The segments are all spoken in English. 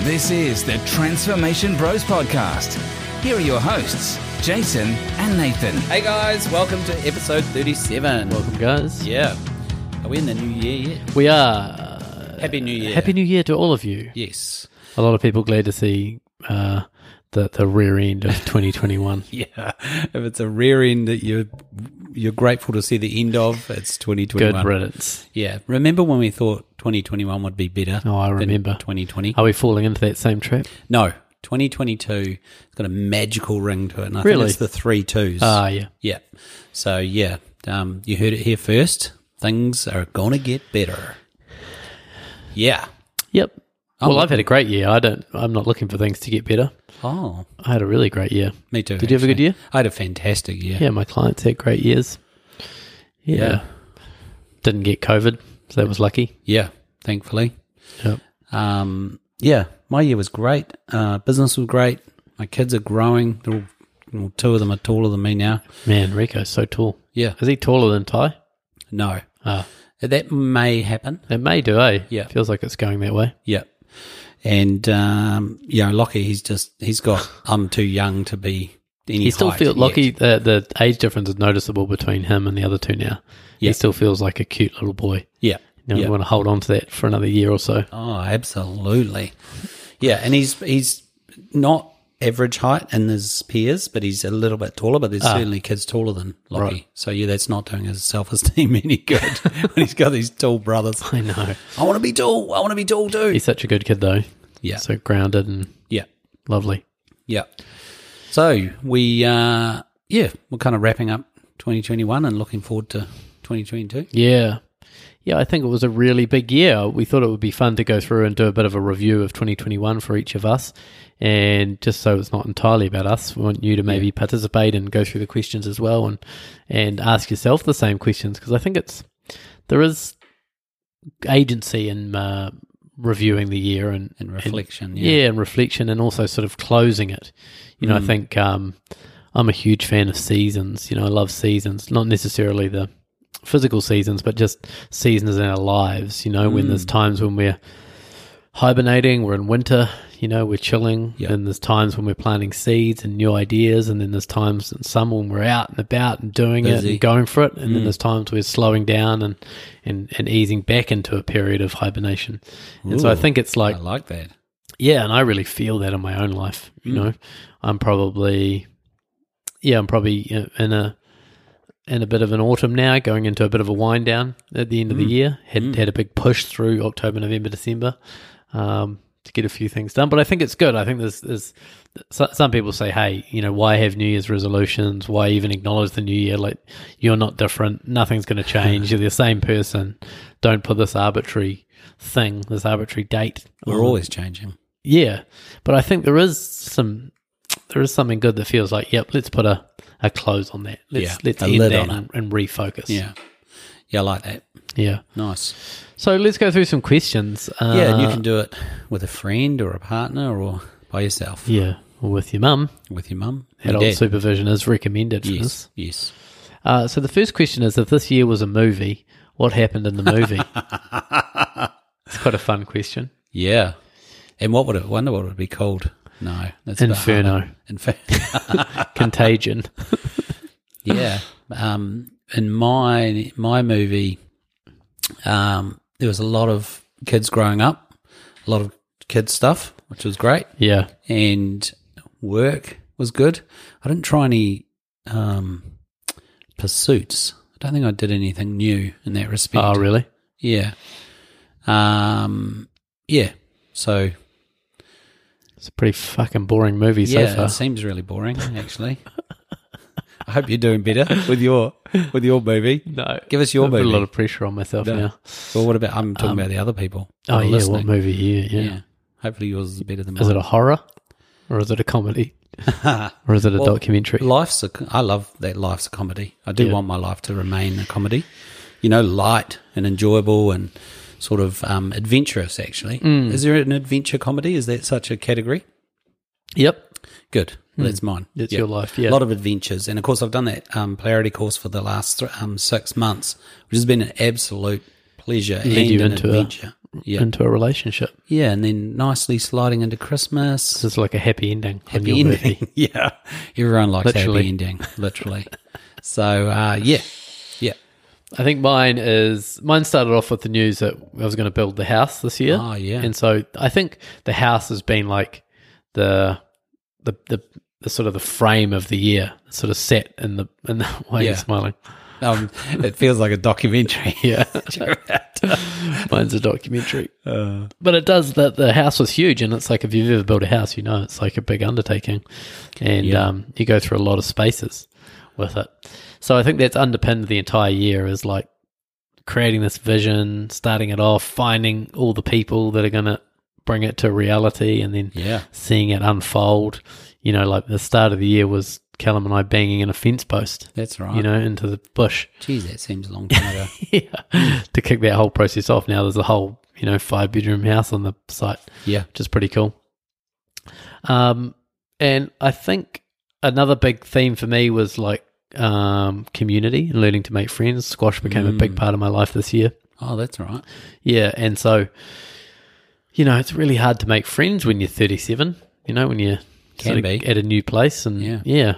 This is the Transformation Bros Podcast. Here are your hosts, Jason and Nathan. Hey guys, welcome to episode 37. Welcome, guys. Yeah. Are we in the new year yet? We are. uh, Happy New Year. Happy New Year to all of you. Yes. A lot of people glad to see uh, the, the rear end of 2021. Yeah. If it's a rare end that you're you're grateful to see the end of, it's Good 2021. riddance. Yeah. Remember when we thought 2021 would be better? Oh, I than remember. 2020. Are we falling into that same trap? No. 2022 it's got a magical ring to it. And I Really? think it's the three twos. Ah, yeah. yeah. So, yeah. Um, you heard it here first. Things are going to get better. Yeah. Yep. I'm well, not- I've had a great year. I don't. I'm not looking for things to get better. Oh. I had a really great year. Me too. Did you have a good actually. year? I had a fantastic year. Yeah, my clients had great years. Yeah. Yeah. Didn't get COVID, so that was lucky. Yeah, thankfully. Yep. Um, yeah, my year was great. Uh, business was great. My kids are growing. They're all, well, two of them are taller than me now. Man, Rico's so tall. Yeah. Is he taller than Ty? No, Uh, Ah, that may happen. it may do, eh? Yeah. Feels like it's going that way. Yeah. And um, yeah, Lockie, he's just he's got. I'm too young to be any. He still height feels yet. lucky. The, the age difference is noticeable between him and the other two now. Yeah. He still feels like a cute little boy. Yeah. You know, yeah. we want to hold on to that for another year or so. Oh, absolutely. Yeah, and he's he's not average height in his peers, but he's a little bit taller. But there's certainly kids taller than Lockie. Right. So yeah, that's not doing his self esteem any good when he's got these tall brothers. I know. I want to be tall. I want to be tall too. He's such a good kid though. Yeah. So grounded and yeah, lovely. yeah. So we uh yeah we're kind of wrapping up 2021 and looking forward to 2022. Yeah. Yeah, I think it was a really big year. We thought it would be fun to go through and do a bit of a review of 2021 for each of us. And just so it's not entirely about us, we want you to maybe participate and go through the questions as well and, and ask yourself the same questions because I think it's there is agency in uh, reviewing the year and, And reflection, yeah. yeah. Hmm. and reflection and also sort of closing it. You know, I think um, I'm a huge fan of seasons. You know, I love seasons, not necessarily the physical seasons, but just seasons in our lives. You know, when Hmm. there's times when we're hibernating, we're in winter, you know, we're chilling. Yeah. Then there's times when we're planting seeds and new ideas. And then there's times in summer when we're out and about and doing it Busy. Hmm. and going for it. And then there's times we're slowing down and, and, and easing back into a period of hibernation. And so I Ooh, think it's like I like that. yeah, and I really feel that in my own life. You know, I'm probably, yeah, I'm probably you know, in a in a bit of an autumn now, going into a bit of a wind down at the end of the year. Had had a big push through October, November, December um, to get a few things done. But I think it's good. I think there's, there's so- some people say, hey, you know, why have New Year's resolutions? Why even acknowledge the new year? Like, you're not different. Nothing's going to change. you're the same person. Don't put this arbitrary thing, this arbitrary date. We're always changing. Yeah, but I think there is some there is something good that feels like, yep, let's put a, a close on that. Let's Yeah, let's a end lid that on it. and, and refocus. Yeah, yeah, I like that. yeah. Nice. So let's go through some questions. Uh, Yeah, and you can do it with a friend or a partner or by yourself yeah with your mum. with your mum. and Adult dad. supervision is recommended for Yes, this. yes. Uh, so the first question is: If this year was a movie, what happened in the movie? it's quite a fun question. Yeah. And what would it? Wonder what it would be called? No, that's a bit harder. Inferno, Inferno. Contagion. yeah. Um, in my my movie, um, there was a lot of kids growing up, a lot of kids stuff, which was great, yeah, and work was good. I didn't try any um, pursuits. I don't think I did anything new in that respect. oh really? Yeah. Um, yeah. So It's a pretty fucking boring movie yeah, so far. it seems really boring actually. I hope you're doing better with your with your movie. No, Give us your I put a movie. lot of pressure on myself now. Well, what about I'm talking about the other people. who Oh are yeah, what listening. movie? Yeah, yeah, Yeah. Hopefully yours is better than mine. Is it a horror, or is it a comedy, or is it a Well, documentary? Life's a, I love that life's a comedy. I do Yeah. want my life to remain a comedy. You know, light and enjoyable and sort of um, adventurous. Actually, Mm. is there an adventure comedy? Is that such a category? yep, Good. Well, That's mine. Mm. That's Yeah. your life, yeah. A lot of adventures. And of course, I've done that um, polarity course for the last th- um, six months, which has been an absolute pleasure and you an into a- adventure. Yeah. into a relationship. Yeah, and then nicely sliding into Christmas. This is like a happy ending. on Happy your birthday. ending. yeah. Everyone likes Literally. happy ending, literally. so, uh, yeah. Yeah. I think mine is mine started off with the news that I was going to build the house this year. Ah, yeah. And so I think the house has been like the the the, the sort of the frame of the year, sort of set in the in the why are Yeah. you smiling? Um, it feels like a documentary. Yeah. Mine's a documentary. Uh, but it does that the house was huge and it's like if you've ever built a house, you know it's like a big undertaking. And Yeah. um, you go through a lot of spaces with it. So I think that's underpinned the entire year is like creating this vision, starting it off, finding all the people that are gonna bring it to reality and then yeah. seeing it unfold. You know, like the start of the year was Callum and I banging in a fence post. That's right. You know, into the bush Geez, that seems a long time ago. yeah, to kick that whole process off. Now there's a whole, you know, five bedroom house on the site, yeah. which is pretty cool. Um, and I think another big theme for me was like um, community and learning to make friends. Squash became a big part of my life this year. Oh, that's right. Yeah, and so, you know, it's really hard to make friends when you're 37. You know, when you're Can sort of be. at a new place, and Yeah. yeah.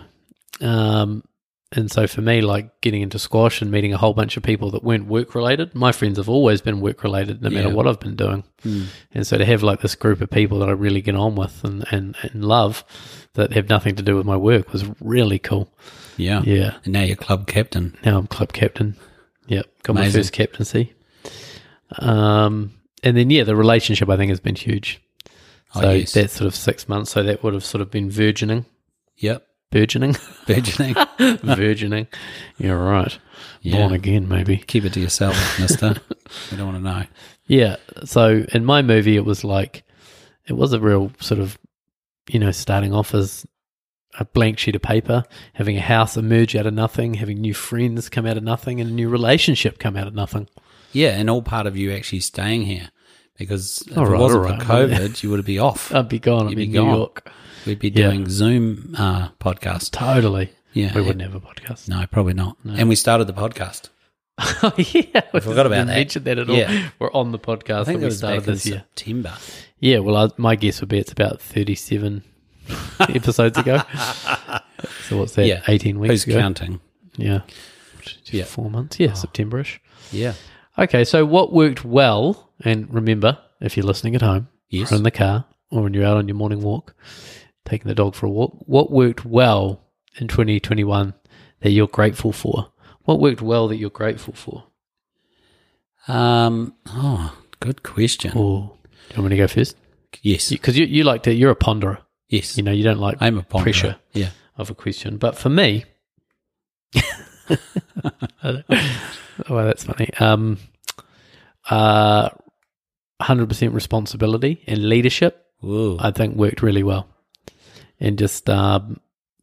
Um, and so for me, like getting into squash and meeting a whole bunch of people that weren't work related. My friends have always been work related, no matter Yeah. Hmm. what I've been doing. And so to have like this group of people that I really get on with and, and, and love that have nothing to do with my work was really cool. Yeah. Yeah. And now you're club captain. Now I'm club captain. Yep, got Amazing. my first captaincy. Um, and then yeah, the relationship I think has been huge. Oh, So yes. that's sort of six months. So that would have sort of been virgining, Yep. burgeoning, Virgining. virgining. You're right. Yeah. Born again, maybe. Keep it to yourself, mister. we don't want to know. Yeah. So in my movie, it was like it was a real sort of you know starting off as a blank sheet of paper, having a house emerge out of nothing, having new friends come out of nothing, and a new relationship come out of nothing. Yeah. And all part of you actually staying here because if All it right, wasn't all right. for COVID, you would have been off. I'd be gone. You'd I'd be be in gone. New York. We'd be Yeah. doing Zoom uh, podcast. Totally. Yeah. We wouldn't have a podcast. No, probably not. And we started the podcast. Oh, yeah. I forgot about that. mentioned that at all. Yeah. We're on the podcast I think that it we was started back in this year. September. Yeah, well, I, my guess would be it's about 37 episodes ago. So what's that? Yeah. 18 weeks Who's ago? counting? Yeah. Yeah. Oh. Four months. Yeah, Septemberish. Yeah. Okay, so what worked well, and remember, if you're listening at home, Yes. or in the car, or when you're out on your morning walk, taking the dog for a walk, what worked well in 2021 that you're grateful for? What worked well that you're grateful for? Um, oh, good question. Oh, do you want me to go first? Yes. Because you, you like to, you're a ponderer. yes. You know, you don't like I'm a ponderer. pressure. Yeah. of a question. But for me, oh, well, that's funny. Um, uh, 100% responsibility and leadership. Whoa. I think worked really well. And just um,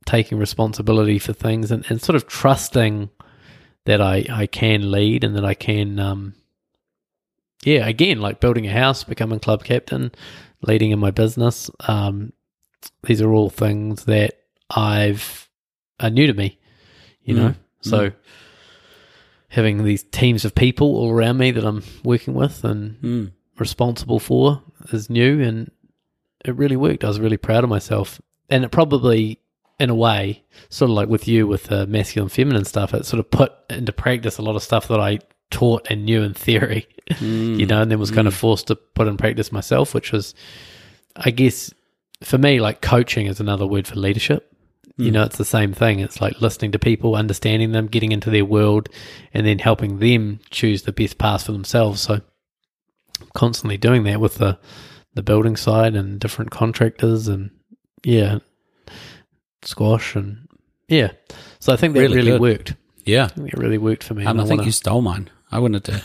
taking responsibility for things and, and sort of trusting that I, I can lead and that I can, um, yeah, again, like building a house, becoming club captain, leading in my business. Um, these are all things that I've are new to me, you know? Mm, So having these teams of people all around me that I'm working with and Mm. responsible for is new and it really worked. I was really proud of myself. And it probably, in a way, sort of like with you with the masculine feminine stuff, it sort of put into practice a lot of stuff that I taught and knew in theory, you Mm. know, and then was kind of forced to put in practice myself, which was, I guess, for me, like coaching is another word for leadership. You Mm. know, it's the same thing. It's like listening to people, understanding them, getting into their world, and then helping them choose the best path for themselves. So, constantly doing that with the the building side and different contractors and yeah, squash and yeah. So I think that Really really, good. worked. Yeah. I think it really worked for me. Um, and I think wanna- you stole mine. I wouldn't have.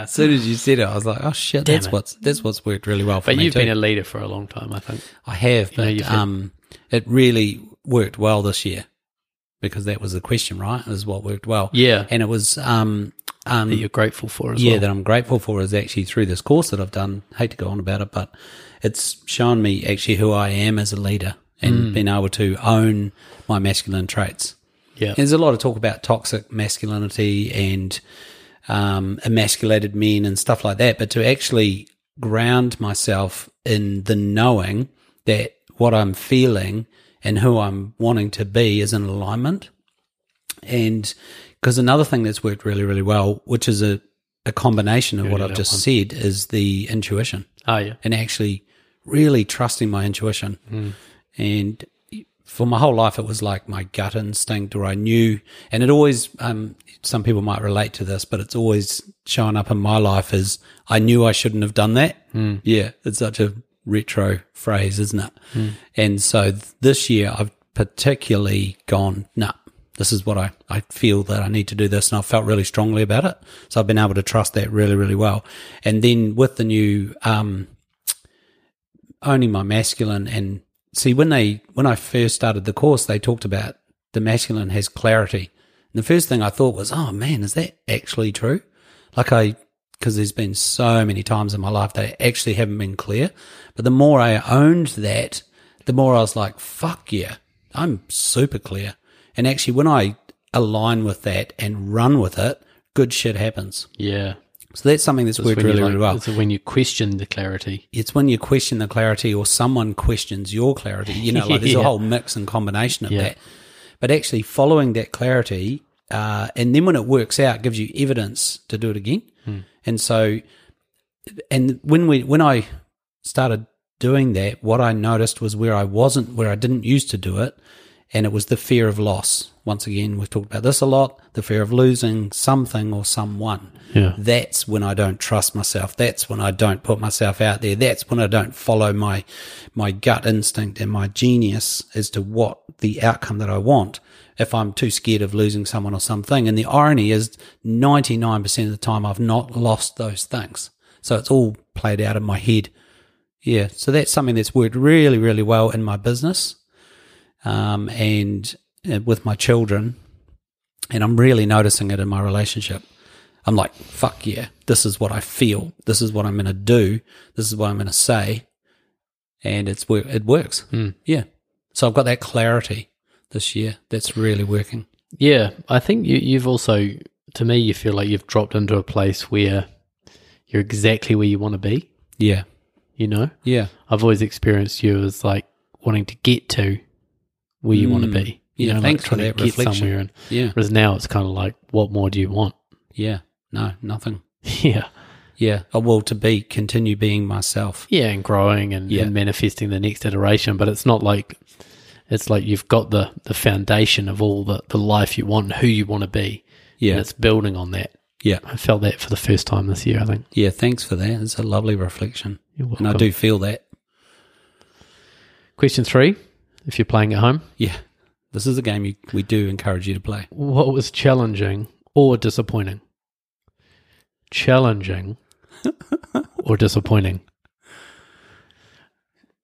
as soon as you said it, I was like, "Oh shit, that's it. what's that's what's worked really well for but me." you've too. been a leader for a long time. I think. I have, know, but you've had- um, it really worked well this year because that was the question, right? Is what worked well. Yeah. and it was um, um, That you're grateful for as yeah, well. that I'm grateful for is actually through this course that I've done. Hate to go on about it, but it's shown me actually who I am as a leader Hmm. and being able to own my masculine traits. Yeah. There's a lot of talk about toxic masculinity and um, emasculated men and stuff like that, but to actually ground myself in the knowing that what I'm feeling and who I'm wanting to be is in alignment. And because another thing that's worked really, really well, which is a, a combination of what I've just said, is the intuition Oh yeah. and actually really trusting my intuition. And for my whole life, it was like my gut instinct, or I knew, and it always, um, some people might relate to this, but it's always showing up in my life as I knew I shouldn't have done that. Yeah, it's such a retro phrase, isn't it? And so th- this year, I've particularly gone, nah, this is what I, I feel that I need to do this. And I felt really strongly about it. So I've been able to trust that really, really well. And then with the new, um, only my masculine and see when they when I first started the course they talked about the masculine has clarity. And the first thing I thought was, oh man, is that actually true? Like I because there's been so many times in my life that I actually haven't been clear. But the more I owned that, the more I was like, fuck yeah, I'm super clear. And actually when I align with that and run with it, good shit happens. Yeah. So that's something that's worked When you really, like- really well it's when you question the clarity. it's when you question the clarity or someone questions your clarity. You know, like there's a Yeah. whole mix and combination of Yeah. that. But actually following that clarity, uh, and then when it works out, it gives you evidence to do it again. Hmm. And so, and when we when I started doing that, what I noticed was where I wasn't, where I didn't used to do it, and it was the fear of loss. Once again, we've talked about this a lot: the fear of losing something or someone. Yeah. That's when I don't trust myself. That's when I don't put myself out there. That's when I don't follow my my gut instinct and my genius as to what the outcome that I want. If I'm too scared of losing someone or something, and the irony is, ninety nine percent of the time I've not lost those things. So it's all played out in my head. Yeah. So that's something that's worked really, really well in my business um, and uh, with my children. And I'm really noticing it in my relationship. I'm like, fuck yeah, this is what I feel. This is what I'm going to do. This is what I'm going to say. And it's wor- it works. Yeah. So I've got that clarity this year that's really working. Yeah, I think you, you've also, to me, you feel like you've dropped into a place where you're exactly where you want to be. Yeah. You know, Yeah. I've always experienced you as like wanting to get to where you want to be. You Mm. Yeah, know, thanks like for trying that to get reflection. somewhere. And Yeah. whereas now it's kind of like, what more do you want? Yeah. No, nothing. yeah, Yeah. I will to be, continue being myself. yeah, and growing and, Yeah. and manifesting the next iteration. But it's not like it's like you've got the the foundation of all the the life you want, and who you want to be. Yeah. and it's building on that. Yeah. I felt that for the first time this year. I think. Yeah. Thanks for that. It's a lovely reflection. You're And I welcome. do feel that. Question three, if you're playing at home, Yeah. This is a game you, we do encourage you to play. what was challenging or disappointing? Challenging or disappointing?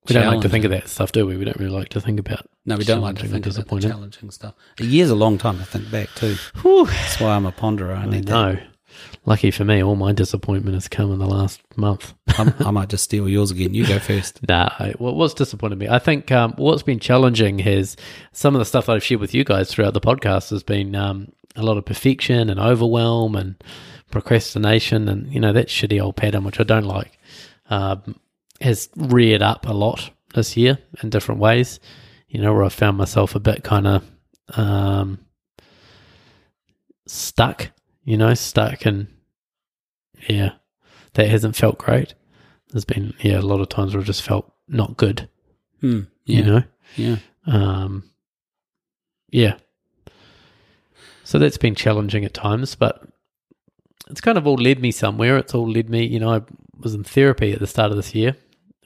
We don't like to think of that stuff, do we? We don't really like to think about. No, we don't like to challenging think and about the disappointing. challenging stuff. A year's a long time to think back too. That's why I'm a ponderer. I I need that. know. Lucky for me, all my disappointment has come in the last month. I'm, I might just steal yours again. You go first. Nah, I, what what's disappointed me, I think um, what's been challenging is some of the stuff that I've shared with you guys throughout the podcast has been um, a lot of perfection and overwhelm and procrastination and you know that shitty old pattern which I don't like um, has reared up a lot this year in different ways. You know where I found myself a bit kind of um, stuck. You know, stuck and yeah, that hasn't felt great there's been yeah a lot of times where I've just felt not good, Hmm. yeah. you know. Yeah. Um, yeah. So that's been challenging at times, but it's kind of all led me somewhere. It's all led me, you know. I was in therapy at the start of this year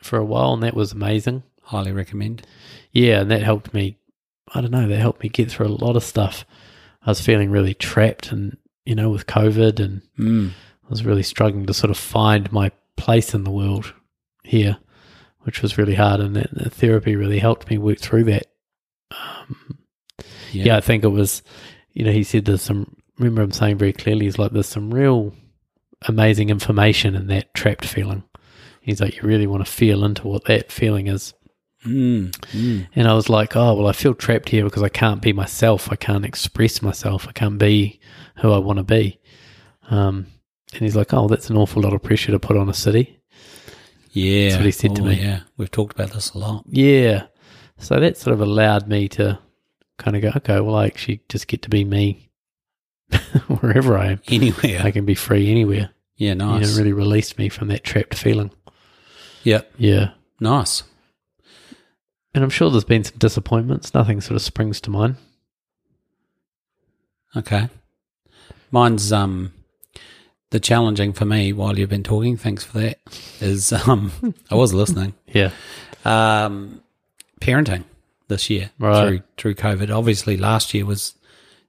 for a while, and that was amazing. Highly recommend. Yeah, and that helped me. I don't know. That helped me get through a lot of stuff. I was feeling really trapped, and you know, with COVID, and Mm. I was really struggling to sort of find my place in the world here, which was really hard. And that, that therapy really helped me work through that. Um, Yeah. yeah. I think it was, you know, he said there's some, remember him saying very clearly, he's like, there's some real amazing information in that trapped feeling. He's like, you really want to feel into what that feeling is. Mm. Mm. And I was like, oh, well, I feel trapped here because I can't be myself. I can't express myself. I can't be who I want to be. Um, and he's like, "Oh, that's an awful lot of pressure to put on a city." Yeah. Oh, That's what he said to me. Yeah. We've talked about this a lot. Yeah, so that sort of allowed me to kind of go, "Okay, well, I actually just get to be me wherever I am. Anyway. I can be free anywhere." Yeah. You know, Nice. it really released me from that trapped feeling. yeah. Yeah. Nice. And I'm sure there's been some disappointments. Nothing sort of springs to mind. Okay. Mine's um the challenging for me while you've been talking, thanks for that, is um I was listening. Yeah. Um parenting this year Right. through through COVID. Obviously last year was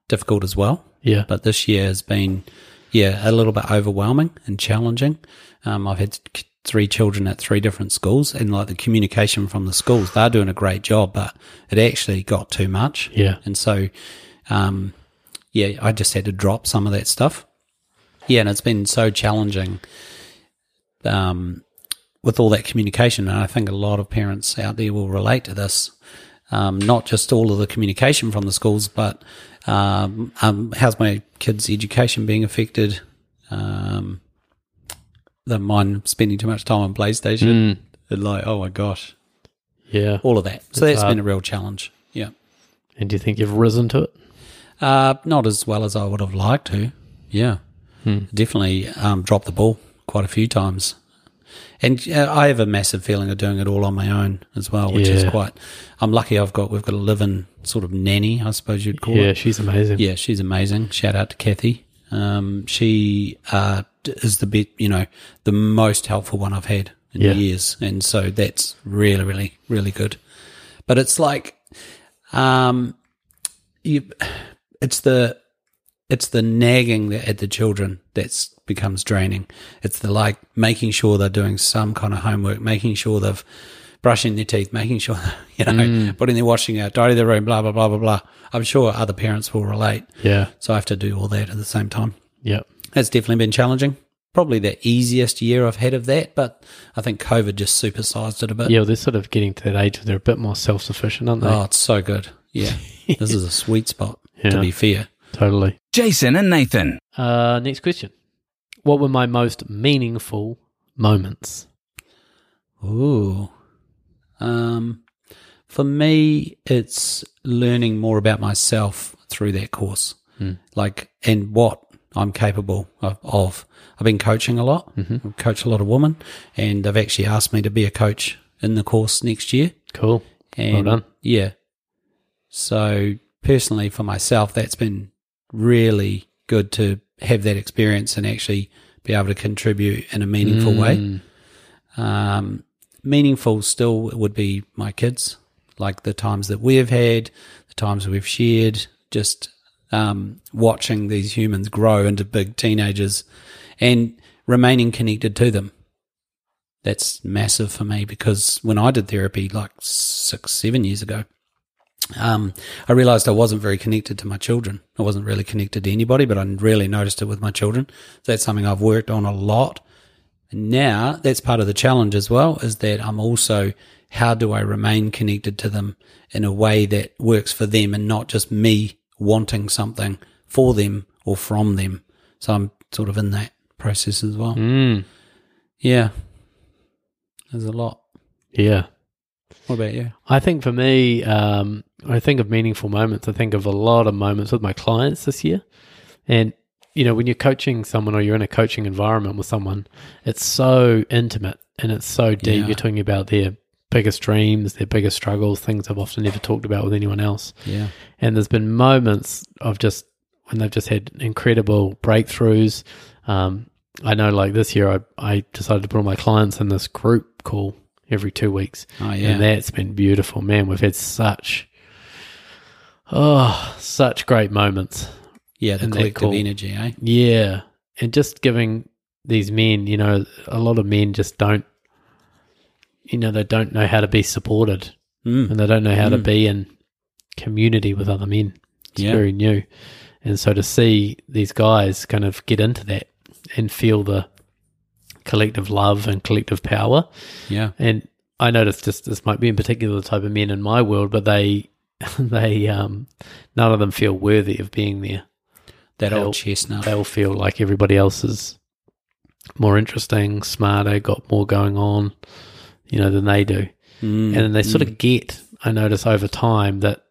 difficult as well, Yeah. but this year has been yeah, a little bit overwhelming and challenging. Um I've had c- three children at three different schools and like the communication from the schools, they're doing a great job, but it actually got too much. Yeah. And so, um, yeah, I just had to drop some of that stuff. Yeah, and it's been so challenging um, with all that communication. And I think a lot of parents out there will relate to this. Um, not just all of the communication from the schools, but um, um, how's my kids' education being affected? Um, the mine spending too much time on PlayStation. And like, oh my gosh, Yeah. all of that. So that's hard. been a real challenge. Yeah. And do you think you've risen to it? Uh, not as well as I would have liked to. Yeah, definitely um, dropped the ball quite a few times, and uh, I have a massive feeling of doing it all on my own as well, which is Yeah. quite. I'm lucky. I've got we've got a live-in sort of nanny, I suppose you'd call Yeah, it. she's amazing. Yeah, she's amazing. Shout out to Kathy. Um, she uh, d- is the bit you know the most helpful one I've had in Yeah. years, and so that's really, really, really good. But it's like, um, you, it's the it's the nagging that- at the children that's becomes draining. It's the like making sure they're doing some kind of homework, making sure they've brushing their teeth, making sure you know putting their washing out, tidying their room, blah blah blah blah blah. I'm sure other parents will relate. Yeah. So I have to do all that at the same time. Yeah. That's definitely been challenging. Probably the easiest year I've had of that, but I think COVID just supersized it a bit. Yeah, well, they're sort of getting to that age where they're a bit more self sufficient, aren't they? Oh, it's so good. Yeah, this is a sweet spot. To Yeah. be fair, Totally. Jason and Nathan. Uh, next question. What were my most meaningful moments? Ooh. Um, for me, it's learning more about myself through that course, like and what I'm capable of. of. I've been coaching a lot. I've coached a lot of women, and they've actually asked me to be a coach in the course next year. Cool. And done. Yeah. So personally, for myself, that's been really good to have that experience and actually be able to contribute in a meaningful way. Um, meaningful still would be my kids, like the times that we've had, the times we've shared, just um, watching these humans grow into big teenagers and remaining connected to them that's massive for me because when I did therapy like six, seven years ago, um, I realized I wasn't very connected to my children. I wasn't really connected to anybody, but I really noticed it with my children. So that's something I've worked on a lot. And now that's part of the challenge as well is that I'm also, how do I remain connected to them in a way that works for them and not just me wanting something for them or from them? So I'm sort of in that process as well. Mm. Yeah. There's a lot. Yeah. What about you? I think for me, um, when I think of meaningful moments. I think of a lot of moments with my clients this year. And, you know, when you're coaching someone or you're in a coaching environment with someone, it's so intimate and it's so deep. Yeah. You're talking about their biggest dreams, their biggest struggles, things I've often never talked about with anyone else. Yeah. And there's been moments of just when they've just had incredible breakthroughs. Um, I know, like this year, I, I decided to put all my clients in this group call every two weeks. Oh, yeah. And that's been beautiful. Man, we've had such, oh, such great moments. Yeah, the Isn't that collective cool? energy, eh? Yeah. And just giving these men, you know, a lot of men just don't, you know, they don't know how to be supported Mm. and they don't know how to be in community with other men. It's Yeah. very new. And so to see these guys kind of get into that and feel the collective love and collective power. Yeah. And I noticed just this might be in particular the type of men in my world, but they they um none of them feel worthy of being there. that They'll- old chestnut. They all feel like everybody else is more interesting, smarter, got more going on, you know, than they do. Mm, And they sort of get, I notice over time that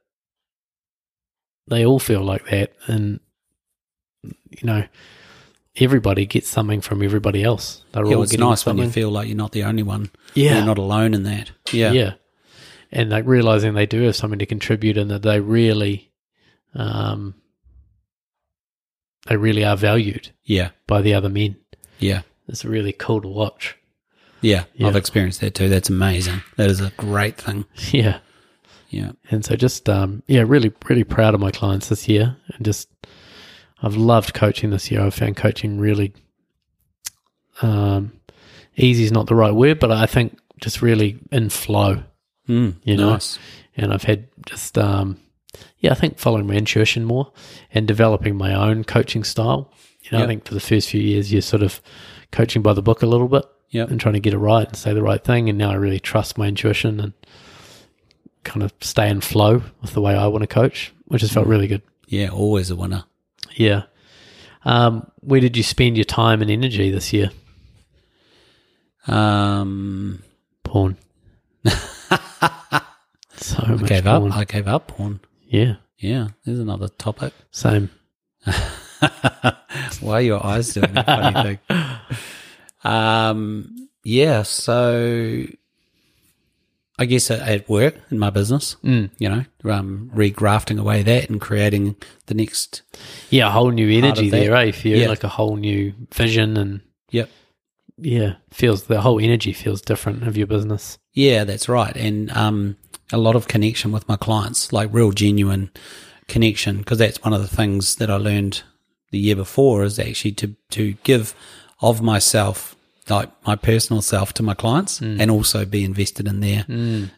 they all feel like that. And, you know, everybody gets something from everybody else. They're yeah, all well, it's getting nice something. when you feel like you're not the only one. yeah. You're not alone in that. Yeah. yeah. And like realizing they do have something to contribute and that they really, um, they really are valued Yeah. by the other men. Yeah. It's really cool to watch. Yeah. Yeah. I've experienced that too. That's amazing. That is a great thing. Yeah. Yeah. And so just, um, yeah, really, really proud of my clients this year. And just, I've loved coaching this year. I've found coaching really, um, easy is not the right word, but I think just really in flow. Mm, You know? nice. and I've had just um, yeah, I think following my intuition more and developing my own coaching style. You know, Yep. I think for the first few years you're sort of coaching by the book a little bit Yep. and trying to get it right and say the right thing. And now I really trust my intuition and kind of stay in flow with the way I want to coach, which has felt Mm. really good. Yeah. Always a winner. Yeah. Um, where did you spend your time and energy this year? Um, Porn. so much I gave porn. up. I gave up porn. yeah, Yeah. There's another topic. same. Why are your eyes doing that funny thing? Um, yeah, so I guess at, at work in my business, mm. you know, um, regrafting away that and creating the next. Yeah, a whole new energy of that. there, eh? For you, Yeah. like a whole new vision, and Yep. yeah, feels the whole energy feels different of your business. Yeah, that's right. And um, a lot of connection with my clients, like real genuine connection, because that's one of the things that I learned the year before is actually to, to give of myself, like my personal self to my clients and also be invested in their,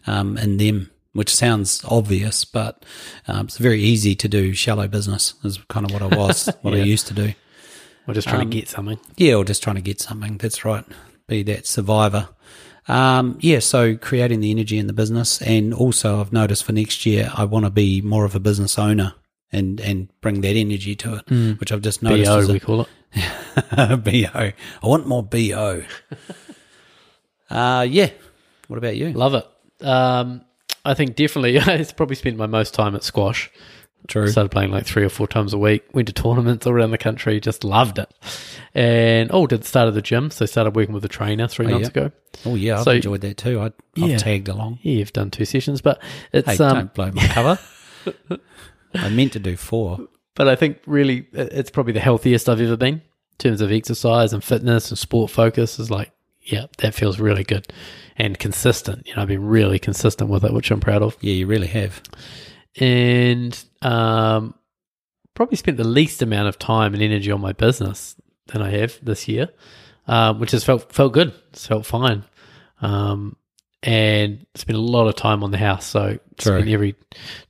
um, in them, which sounds obvious, but um, it's very easy to do shallow business is kind of what I was, what I used to do. We're just Um, trying to get something. Yeah, or just trying to get something. That's right. Be that survivor. Um, yeah, so creating the energy in the business, and also I've noticed for next year I want to be more of a business owner and and bring that energy to it, Hmm. which I've just noticed. BO, is a- we call it. bo. I want more bo. uh, yeah. What about you? Love it. Um, I think definitely. it's probably spent my most time at squash. True. Started playing like three or four times a week. Went to tournaments all around the country. Just loved it. And oh, did the start of the gym. So started working with a trainer three months yeah. ago. oh yeah, I've so- enjoyed that too. I, I've Yeah. tagged along. Yeah, you've done two sessions, but it's Hey, um, don't blow my cover. I meant to do four. but I think really it- it's probably the healthiest I've ever been in terms of exercise and fitness and sport focus is like, yeah, that feels really good and consistent. You know, I've been really consistent with it, which I'm proud of. Yeah, you really have. And um, probably spent the least amount of time and energy on my business than I have this year, um, which has felt felt good. It's felt fine. Um, and spent a lot of time on the house. So True. spent every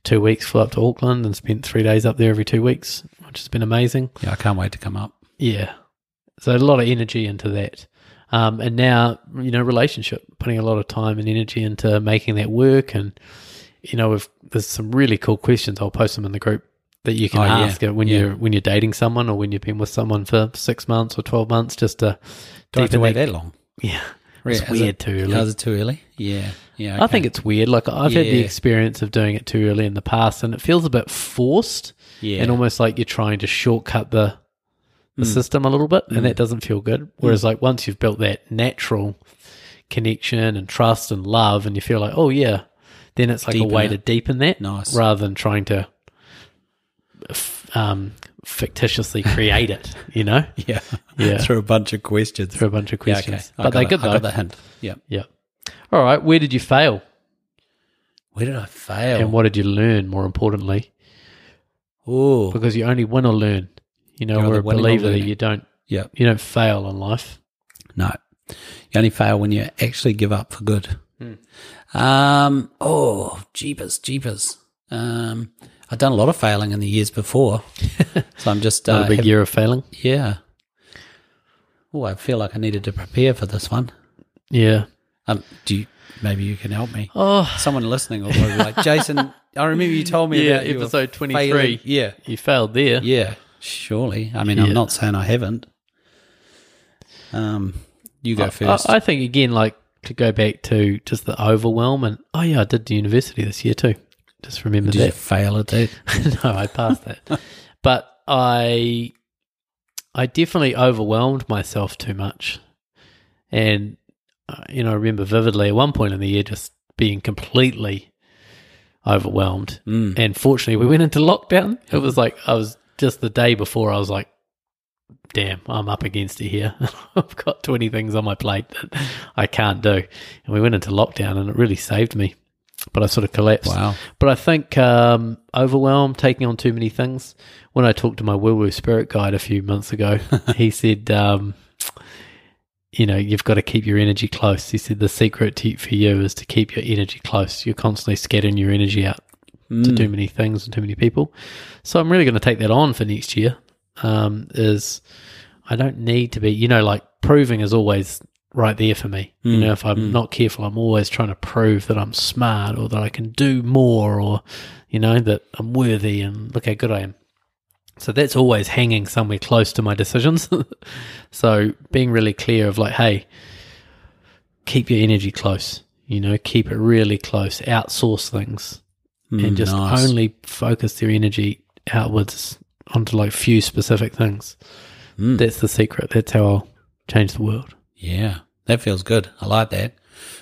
two weeks flew up to Auckland and spent three days up there every two weeks, which has been amazing. Yeah, I can't wait to come up. Yeah. So a lot of energy into that. Um, and now, you know, relationship, putting a lot of time and energy into making that work. And, you know, if there's some really cool questions, I'll post them in the group that you can Oh, yeah. ask it when Yeah. you're when you're dating someone or when you've been with someone for six months or twelve months just to Don't have to deepen wait that long. Yeah. Yeah, It's is weird it- too early. Oh, is it too early? Yeah. Yeah. I think it's weird. Like I've had the Yeah. experience of doing it too early in the past, and it feels a bit forced, Yeah. Hmm. and almost like you're trying to shortcut the the system a little bit, and that doesn't feel good. Whereas, like once you've built that natural connection and trust and love, and you feel like, oh yeah, then it's like Deepen a way it. to deepen that, Nice. rather than trying to f- um, fictitiously create it. You know, Yeah. Yeah. Through a bunch of questions. through a bunch of questions, I but got they it. good I got though. the hint. Yeah. Yeah. All right. Where did you fail? Where did I fail? And what did you learn? More importantly. Oh. because you only win or learn. You know, You're either we're a winning or believer that learning. you don't Yeah. you don't fail in life. No. You only fail when you actually give up for good. Hmm. Um. Oh, jeepers, jeepers. Um. I've done a lot of failing in the years before, so I'm just Not uh, a big have- year of failing. yeah. Oh, I feel like I needed to prepare for this one. Yeah. Um, do you, maybe you can help me? Oh, Someone listening will probably be like, Jason, I remember you told me Yeah, about you were episode 23. failing." Yeah, you failed there. yeah. Surely. I mean, I'm Yeah. not saying I haven't. Um, you go I- first. I, I think again, like to go back to just the overwhelm, and oh yeah, I did the university this year too. Just remember Did you that. fail at that? no, I passed that, but I, I definitely overwhelmed myself too much, and uh, you know, I remember vividly at one point in the year just being completely overwhelmed. Mm. And fortunately, we went into lockdown. It was like I was just the day before. I was like, "Damn, I'm up against it here. I've got 20 things on my plate that I can't do." And we went into lockdown, and it really saved me. But I sort of collapsed. Wow. But I think um, overwhelmed, taking on too many things. When I talked to my woo woo spirit guide a few months ago, he said, um, you know, you've got to keep your energy close. He said the secret to, for you is to keep your energy close. You're constantly scattering your energy out to too many things and too many people. So I'm really going to take that on for next year. Um, is I don't need to be, you know, like proving is always right there for me. You know, if I'm not careful, I'm always trying to prove that I'm smart or that I can do more or, you know, that I'm worthy and look how good I am. So that's always hanging somewhere close to my decisions. so being really clear of like, hey, keep your energy close, you know, keep it really close, outsource things and just nice. only focus their energy outwards onto like few specific things. That's the secret. That's how I'll change the world. Yeah, that feels good. I like that.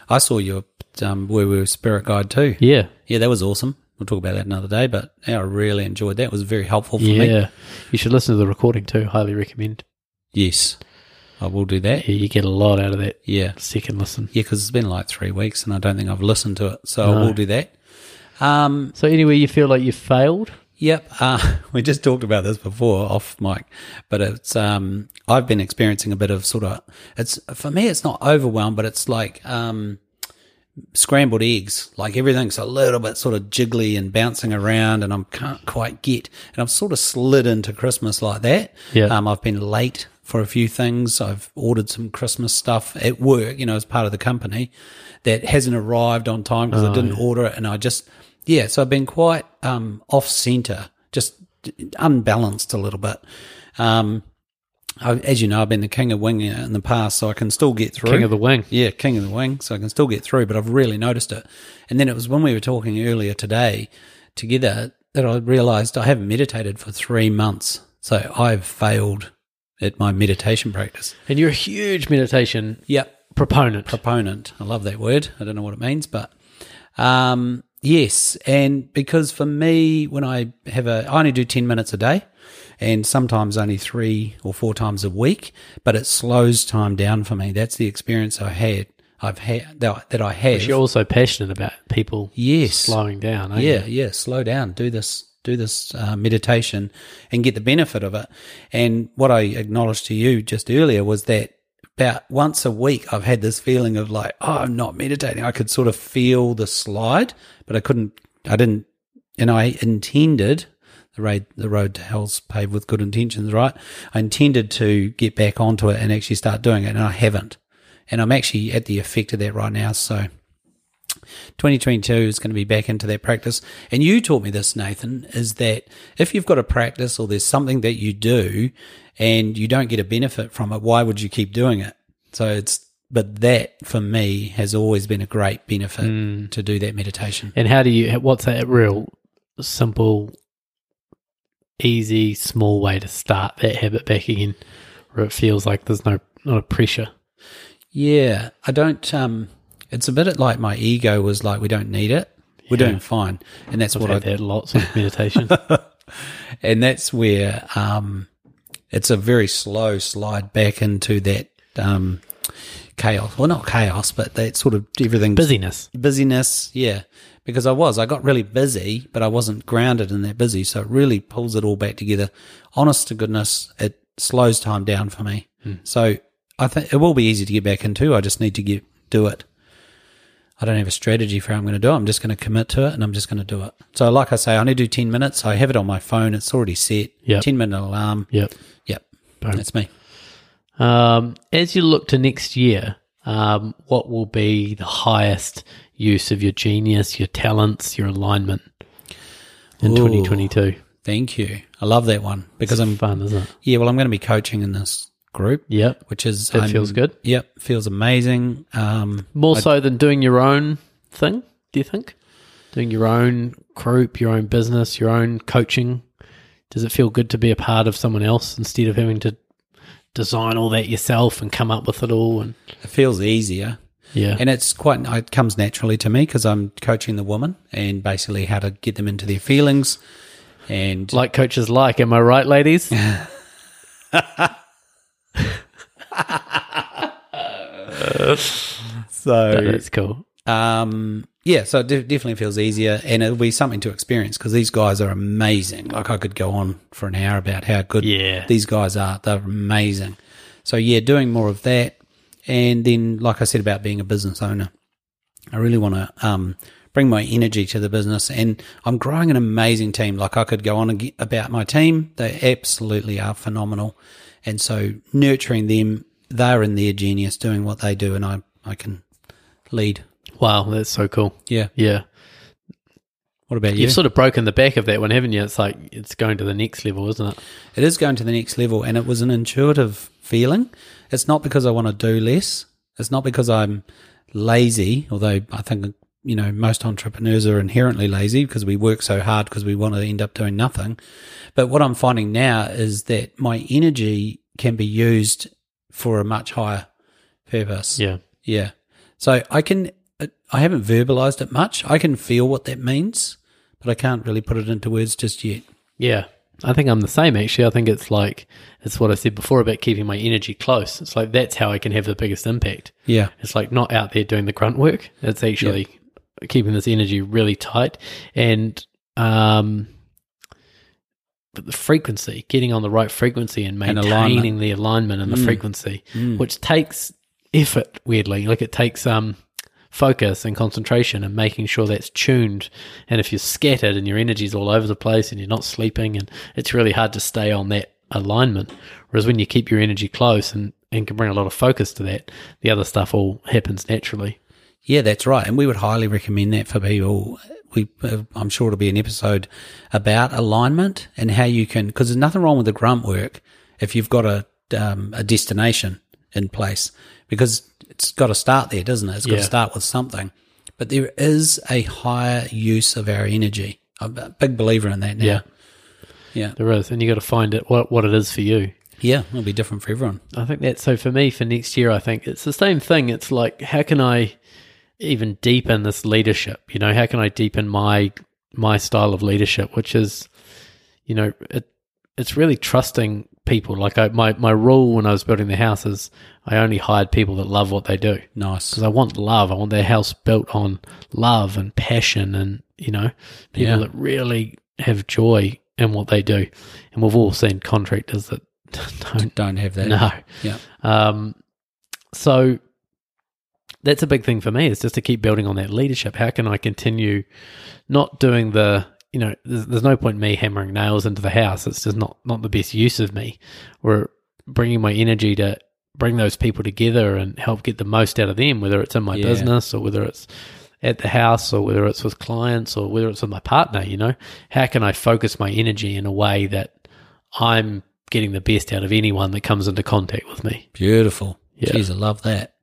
I saw your um, Woo Woo Spirit Guide too. Yeah. Yeah. that was awesome. We'll talk about that another day, but yeah, I really enjoyed that. It was very helpful for me. Yeah. You should listen to the recording too. Highly recommend. Yes, I will do that. Yeah, you get a lot out of that Yeah. second listen. Yeah, because it's been like three weeks and I don't think I've listened to it. So I No. will do that. Um, So anyway, you feel like you failed? Yep, uh, we just talked about this before off mic, but it's um, I've been experiencing a bit of sort of it's for me it's not overwhelmed, but it's like um, scrambled eggs. Like everything's a little bit sort of jiggly and bouncing around, and I can't quite get. And I've sort of slid into Christmas like that. Yeah. um, I've been late for a few things. I've ordered some Christmas stuff at work, you know, as part of the company that hasn't arrived on time Oh, because I didn't order it. And I just, yeah, so I've been quite um, off center, just unbalanced a little bit. Um, I, as you know, I've been the king of wing in the past, so I can still get through. King of the wing. Yeah, king of the wing. So I can still get through, but I've really noticed it. And then it was when we were talking earlier today together that I realized I haven't meditated for three months. So I've failed at my meditation practice. And you're a huge meditation Yep. proponent. Proponent. I love that word. I don't know what it means, but um, yes. And because for me, when I have a, I only do 10 minutes a day and sometimes only three or four times a week, but it slows time down for me. That's the experience I had. I've had that that I have. You're also passionate about people Yes. slowing down. Aren't Yeah, yeah. Slow down. Do this. Do this uh, meditation and get the benefit of it. And what I acknowledged to you just earlier was that about once a week I've had this feeling of like, oh, I'm not meditating. I could sort of feel the slide, but I couldn't. I didn't. And I intended the road. The road to hell's paved with good intentions, right? I intended to get back onto it and actually start doing it, and I haven't. And I'm actually at the effect of that right now. So 2022 is going to be back into that practice. And you taught me this, Nathan, is that if you've got a practice or there's something that you do and you don't get a benefit from it, why would you keep doing it? So it's, but that for me has always been a great benefit Mm. to do that meditation. And how do you, what's that real simple, easy, small way to start that habit back again where it feels like there's no, not a pressure? Yeah. I don't, um, it's a bit like my ego was like, we don't need it. We're Yeah. doing fine. And that's I've what I, had that lots of meditation. and that's where um, it's a very slow slide back into that um, chaos. Well, not chaos, but that sort of everything Busyness. busyness. Yeah, because I was, I got really busy, but I wasn't grounded in that busy. So it really pulls it all back together. Honest to goodness, it slows time down for me. Hmm. So I think it will be easy to get back into. I just need to get do it. I don't have a strategy for how I'm going to do it. I'm just going to commit to it and I'm just going to do it. So, like I say, I only do 10 minutes. I have it on my phone. It's already set. Yep. 10 minute alarm. Yep. Yep. Boom. That's me. Um, as you look to next year, um, what will be the highest use of your genius, your talents, your alignment in Ooh. 2022? Thank you. I love that one because I'm Fun, isn't it? yeah. Well, I'm going to be coaching in this group, Yep. which is That feels good. Yep, feels amazing. Um, More so than doing your own thing, do you think? Doing your own group, your own business, your own coaching. Does it feel good to be a part of someone else instead of having to design all that yourself and come up with it all? And it feels easier, yeah, and it's quite. It comes naturally to me because I'm coaching the woman and basically how to get them into their feelings. And like coaches like, am I right, ladies? so That's cool. um, yeah, so it de- definitely feels easier, and it'll be something to experience because these guys are amazing. Like I could go on for an hour about how good Yeah. these guys are; they're amazing. So yeah, doing more of that, and then like I said about being a business owner, I really want to um, bring my energy to the business, and I'm growing an amazing team. Like I could go on ag- about my team; they absolutely are phenomenal, and so nurturing them, they're in their genius doing what they do, and I I can lead. Wow, that's so cool. Yeah. Yeah. What about you? You've sort of broken the back of that one, haven't you? It's like it's going to the next level, isn't it? it is going to the next level, and it was an intuitive feeling. It's not because I want to do less. It's not because I'm lazy, although I think you know most entrepreneurs are inherently lazy because we work so hard because we want to end up doing nothing. But what I'm finding now is that my energy can be used for a much higher purpose. Yeah. Yeah. So I can, I haven't verbalized it much. I can feel what that means, but I can't really put it into words just yet. Yeah. I think I'm the same actually. I think it's like it's what I said before about keeping my energy close. It's like that's how I can have the biggest impact. Yeah. It's like not out there doing the grunt work. It's actually keeping this energy really tight and um but the frequency, getting on the right frequency and And maintaining alignment. the alignment and the frequency, which takes effort weirdly. Like it takes um focus and concentration and making sure that's tuned. And if you're scattered and your energy's all over the place and you're not sleeping and it's really hard to stay on that alignment. Whereas when you keep your energy close and, and can bring a lot of focus to that, the other stuff all happens naturally. Yeah, that's right. And we would highly recommend that for people. We, uh, I'm sure it'll be an episode about alignment and how you can, because there's nothing wrong with the grunt work if you've got a, um, a destination in place, because it's got to start there, doesn't it? It's got Yeah. to start with something. But there is a higher use of our energy. I'm a big believer in that now. Yeah. Yeah. There is. And you got to find it what, what it is for you. Yeah, it'll be different for everyone. I think that's so for me for next year. I think it's the same thing. It's like how can I even deepen this leadership? You know, how can I deepen my my style of leadership, which is, you know, it it's really trusting people. Like I, my my rule when I was building the house is I only hired people that love what they do Nice. because I want love. I want their house built on love and passion, and you know, people Yeah. that really have joy in what they do. And we've all seen contractors that don't. Don't have that. No, Yeah. um, so that's a big thing for me is just to keep building on that leadership. How can I continue not doing the you know there's, there's no point in me hammering nails into the house. It's just not not the best use of me. Or bringing my energy to bring those people together and help get the most out of them, whether it's in my Yeah. business or whether it's at the house or whether it's with clients or whether it's with my partner. You know, how can I focus my energy in a way that I'm getting the best out of anyone that comes into contact with me? Beautiful. Yeah. Jeez, I love that.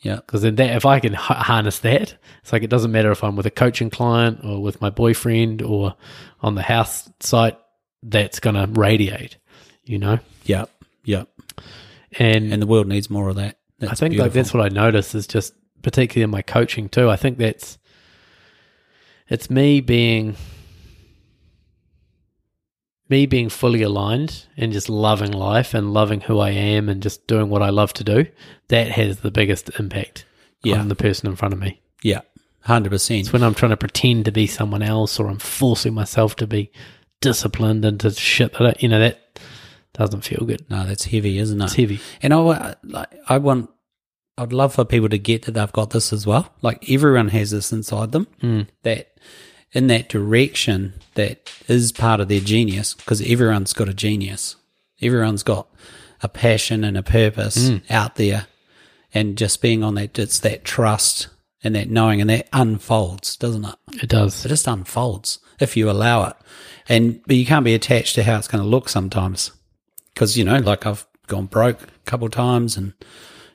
Yeah. Because then, that, if I can h- harness that, it's like it doesn't matter if I'm with a coaching client or with my boyfriend or on the house site, that's going to radiate, you know? Yep. Yep. And, And the world needs more of that. That's I think beautiful. like that's what I notice is just particularly in my coaching too. I think that's it's me being me being fully aligned and just loving life and loving who I am and just doing what I love to do. That has the biggest impact Yeah. on the person in front of me. Yeah, hundred percent. It's when I'm trying to pretend to be someone else or I'm forcing myself to be disciplined into shit that I, you know that doesn't feel good. No, that's heavy, isn't it? It's heavy. And I wa- like, I want, I'd love for people to get that they've got this as well. Like everyone has this inside them. Hmm. That in that direction that is part of their genius because everyone's got a genius. Everyone's got a Hmm. passion and a purpose out there, and just being on that, it's that trust and that knowing, and that unfolds, doesn't it? It does. It just unfolds if you allow it. And but you can't be attached to how it's going to look sometimes, because you know, like I've gone broke a couple times, and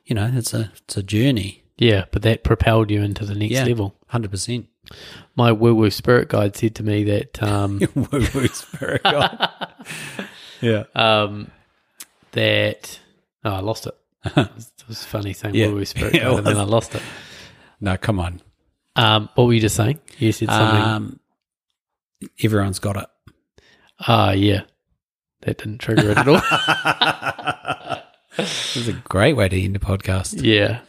you know, it's a it's a journey. Yeah, but that propelled you into the next level. hundred percent. My woo woo spirit guide said to me that um, Woo woo spirit guide. yeah, um, that oh, I lost it. it, was, it was funny saying Yeah. woo woo spirit Yeah, it guide, and then I was. lost it. no, come on. Um, what were you just saying? You said something. Um, everyone's got it. Ah, yeah. That didn't trigger it at all. This is a great way to end a podcast. yeah.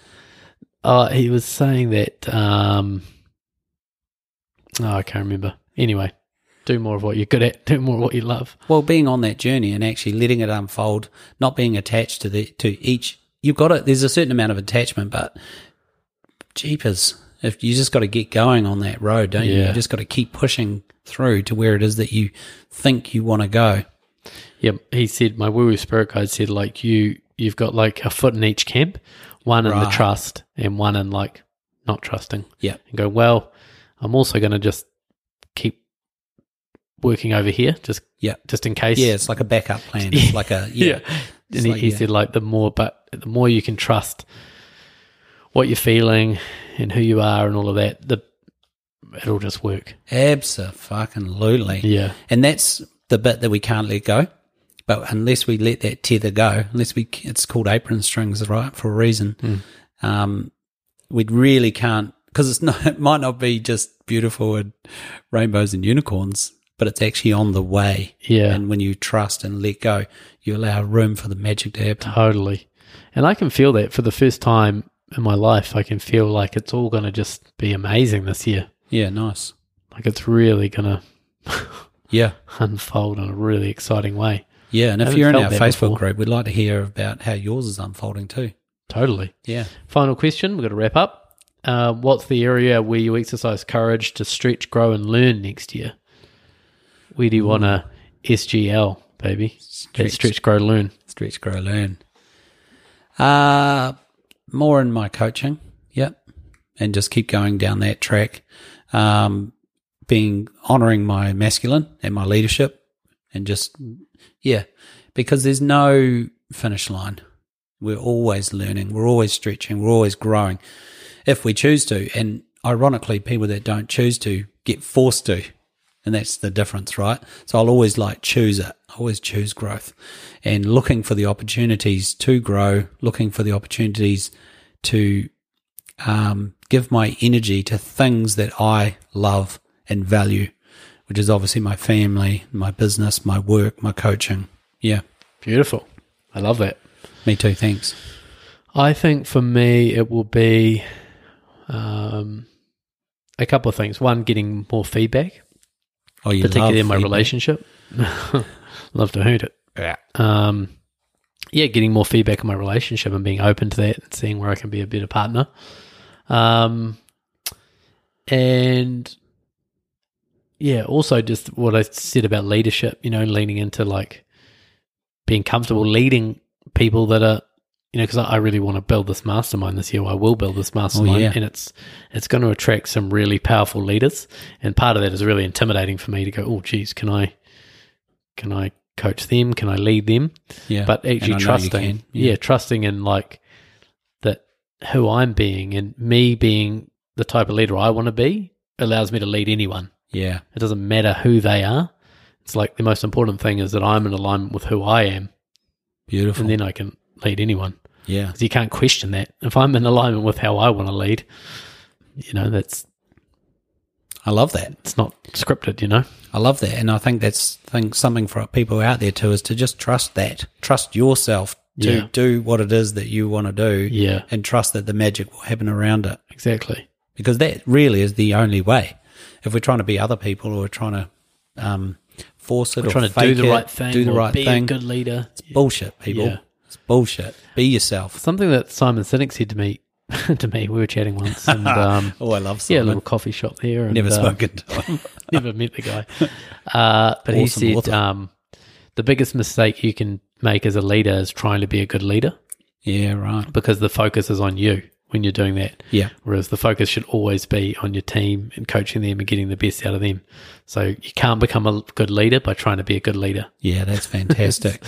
Uh, he was saying that. Um, oh, I can't remember. Anyway, do more of what you're good at. Do more of what you love. Well, being on that journey and actually letting it unfold, not being attached to the to each. You've got it. There's a certain amount of attachment, but jeepers, if you just got to get going on that road, don't you? Yeah. You just got to keep pushing through to where it is that you think you want to go. Yeah, he said my woo woo spirit guide said like you you've got like a foot in each camp, one in the Right. trust and one in like not trusting. Yeah. and go well. I'm also going to just keep working over here, just Yeah. just in case. Yeah, it's like a backup plan. It's like a yeah. It's And he, like, he yeah. said, like, the more, but the more you can trust what you're feeling and who you are and all of that, the it'll just work. Absolutely. Yeah. And that's the bit that we can't let go. But unless we let that tether go, unless we, it's called apron strings, right? For a reason. Hmm. Um, we really can't, because it's not, it might not be just beautiful and rainbows and unicorns, but it's actually on the way. Yeah. And when you trust and let go, you allow room for the magic to happen. Totally. And I can feel that for the first time in my life. I can feel like it's all going to just be amazing this year. Yeah, nice. Like, it's really going to Yeah. unfold in a really exciting way. Yeah. And if Haven't you're in felt our that Facebook before. group, we'd like to hear about how yours is unfolding too. Totally. Yeah. Final question. We're going to wrap up. Uh, what's the area where you exercise courage to stretch, grow, and learn next year? Where do you want to SGL, baby? Stretch, stretch grow, learn. Stretch, grow, learn. Uh, more in my coaching. Yep. And just keep going down that track. Um, being honoring my masculine and my leadership and just, yeah, because there's no finish line. We're always learning. We're always stretching. We're always growing if we choose to. And ironically, people that don't choose to get forced to. And that's the difference, right? So I'll always like choose it. I always choose growth and looking for the opportunities to grow, looking for the opportunities to um, give my energy to things that I love and value, which is obviously my family, my business, my work, my coaching. Yeah, Beautiful. I love that. me too. Thanks. I think for me, it will be um, a couple of things. One, getting more feedback, Oh, you particularly love in my feedback. relationship. love to hurt it. Yeah. um, yeah, getting more feedback in my relationship and being open to that and seeing where I can be a better partner. Um, and yeah, also just what I said about leadership, you know, leaning into like being comfortable leading people that are, you know, because I, I really want to build this mastermind this year. I will build this mastermind, yeah. and it's it's going to attract some really powerful leaders. And part of that is really intimidating for me to go, oh, geez, can I can I coach them? Can I lead them? Yeah. but And I know actually you trusting, can. yeah. trusting in like that who I'm being and me being the type of leader I want to be allows me to lead anyone. Yeah. It doesn't matter who they are. It's like the most important thing is that I'm in alignment with who I am, Beautiful. and then I can lead anyone yeah. because you can't question that. If I'm in alignment with how I want to lead, you know that's I love that. it's not scripted. You know, I love that, and I think that's thing, something for people out there too is to just trust that, trust yourself to Yeah. do what it is that you want to do, Yeah. and trust that the magic will happen around it exactly. because that really is the only way. If we're trying to be other people or we're trying to um, force it or Trying to do fake the it, right thing, do the or right be thing, a good leader. it's bullshit, people. Yeah. It's bullshit. Be yourself. something that Simon Sinek said to me. to me, we were chatting once, and um, Oh, I love yeah, a Simon. little coffee shop there. And, Never uh, spoken to him. never met the guy, uh, Awesome but he said author. um, the biggest mistake you can make as a leader is trying to be a good leader yeah, right. because the focus is on you. when you're doing that. Yeah. Whereas the focus should always be on your team and coaching them and getting the best out of them. So you can't become a good leader by trying to be a good leader. Yeah, that's fantastic.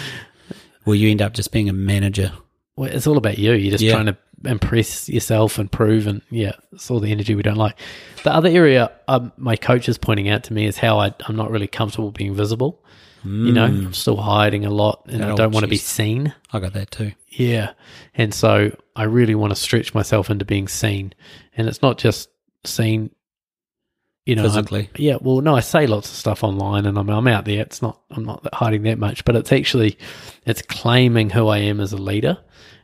well, you end up just being a manager. Well, it's all about you. You're just Yeah. trying to impress yourself and prove, and yeah, it's all the energy we don't like. The other area um, my coach is pointing out to me is how I, I'm not really comfortable being visible. You know, I'm still hiding a lot, and I Mm. Oh, don't want to be jeez. seen. I got that too. Yeah. And so I really want to stretch myself into being seen. And it's not just seen, you know, I'm- Physically. yeah. Well, no, I say lots of stuff online and I'm, I'm out there. It's not, I'm not hiding that much, but it's actually, it's claiming who I am as a leader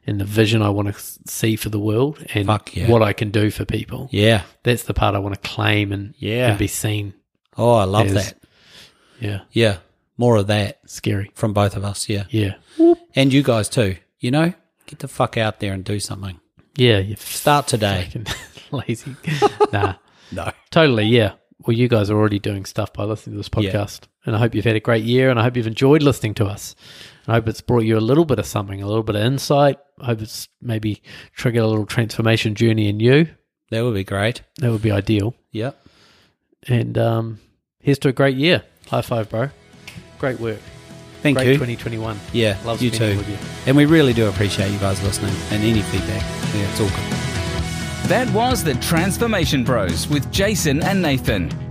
and the vision I want to s- see for the world and Fuck yeah. what I can do for people. Yeah. That's the part I want to claim and, Yeah. and be seen. Oh, I love Is- that. Yeah. Yeah. More of that Scary. from both of us. Yeah. Yeah. And you guys too. You know, get the fuck out there and do something. Yeah. You f- Start today. lazy. nah. No. Totally, yeah. Well, you guys are already doing stuff by listening to this podcast. And I hope you've had a great year and I hope you've enjoyed listening to us. And I hope it's brought you a little bit of something, a little bit of insight. I hope it's maybe triggered a little transformation journey in you. That would be great. That would be ideal. Yep. And um, here's to a great year. High five, bro. Great work. Thank great you. 2021. Yeah. Love you spending too. with you. And we really do appreciate you guys listening and any feedback. Yeah, it's all good. That was the Transformation Bros with Jason and Nathan.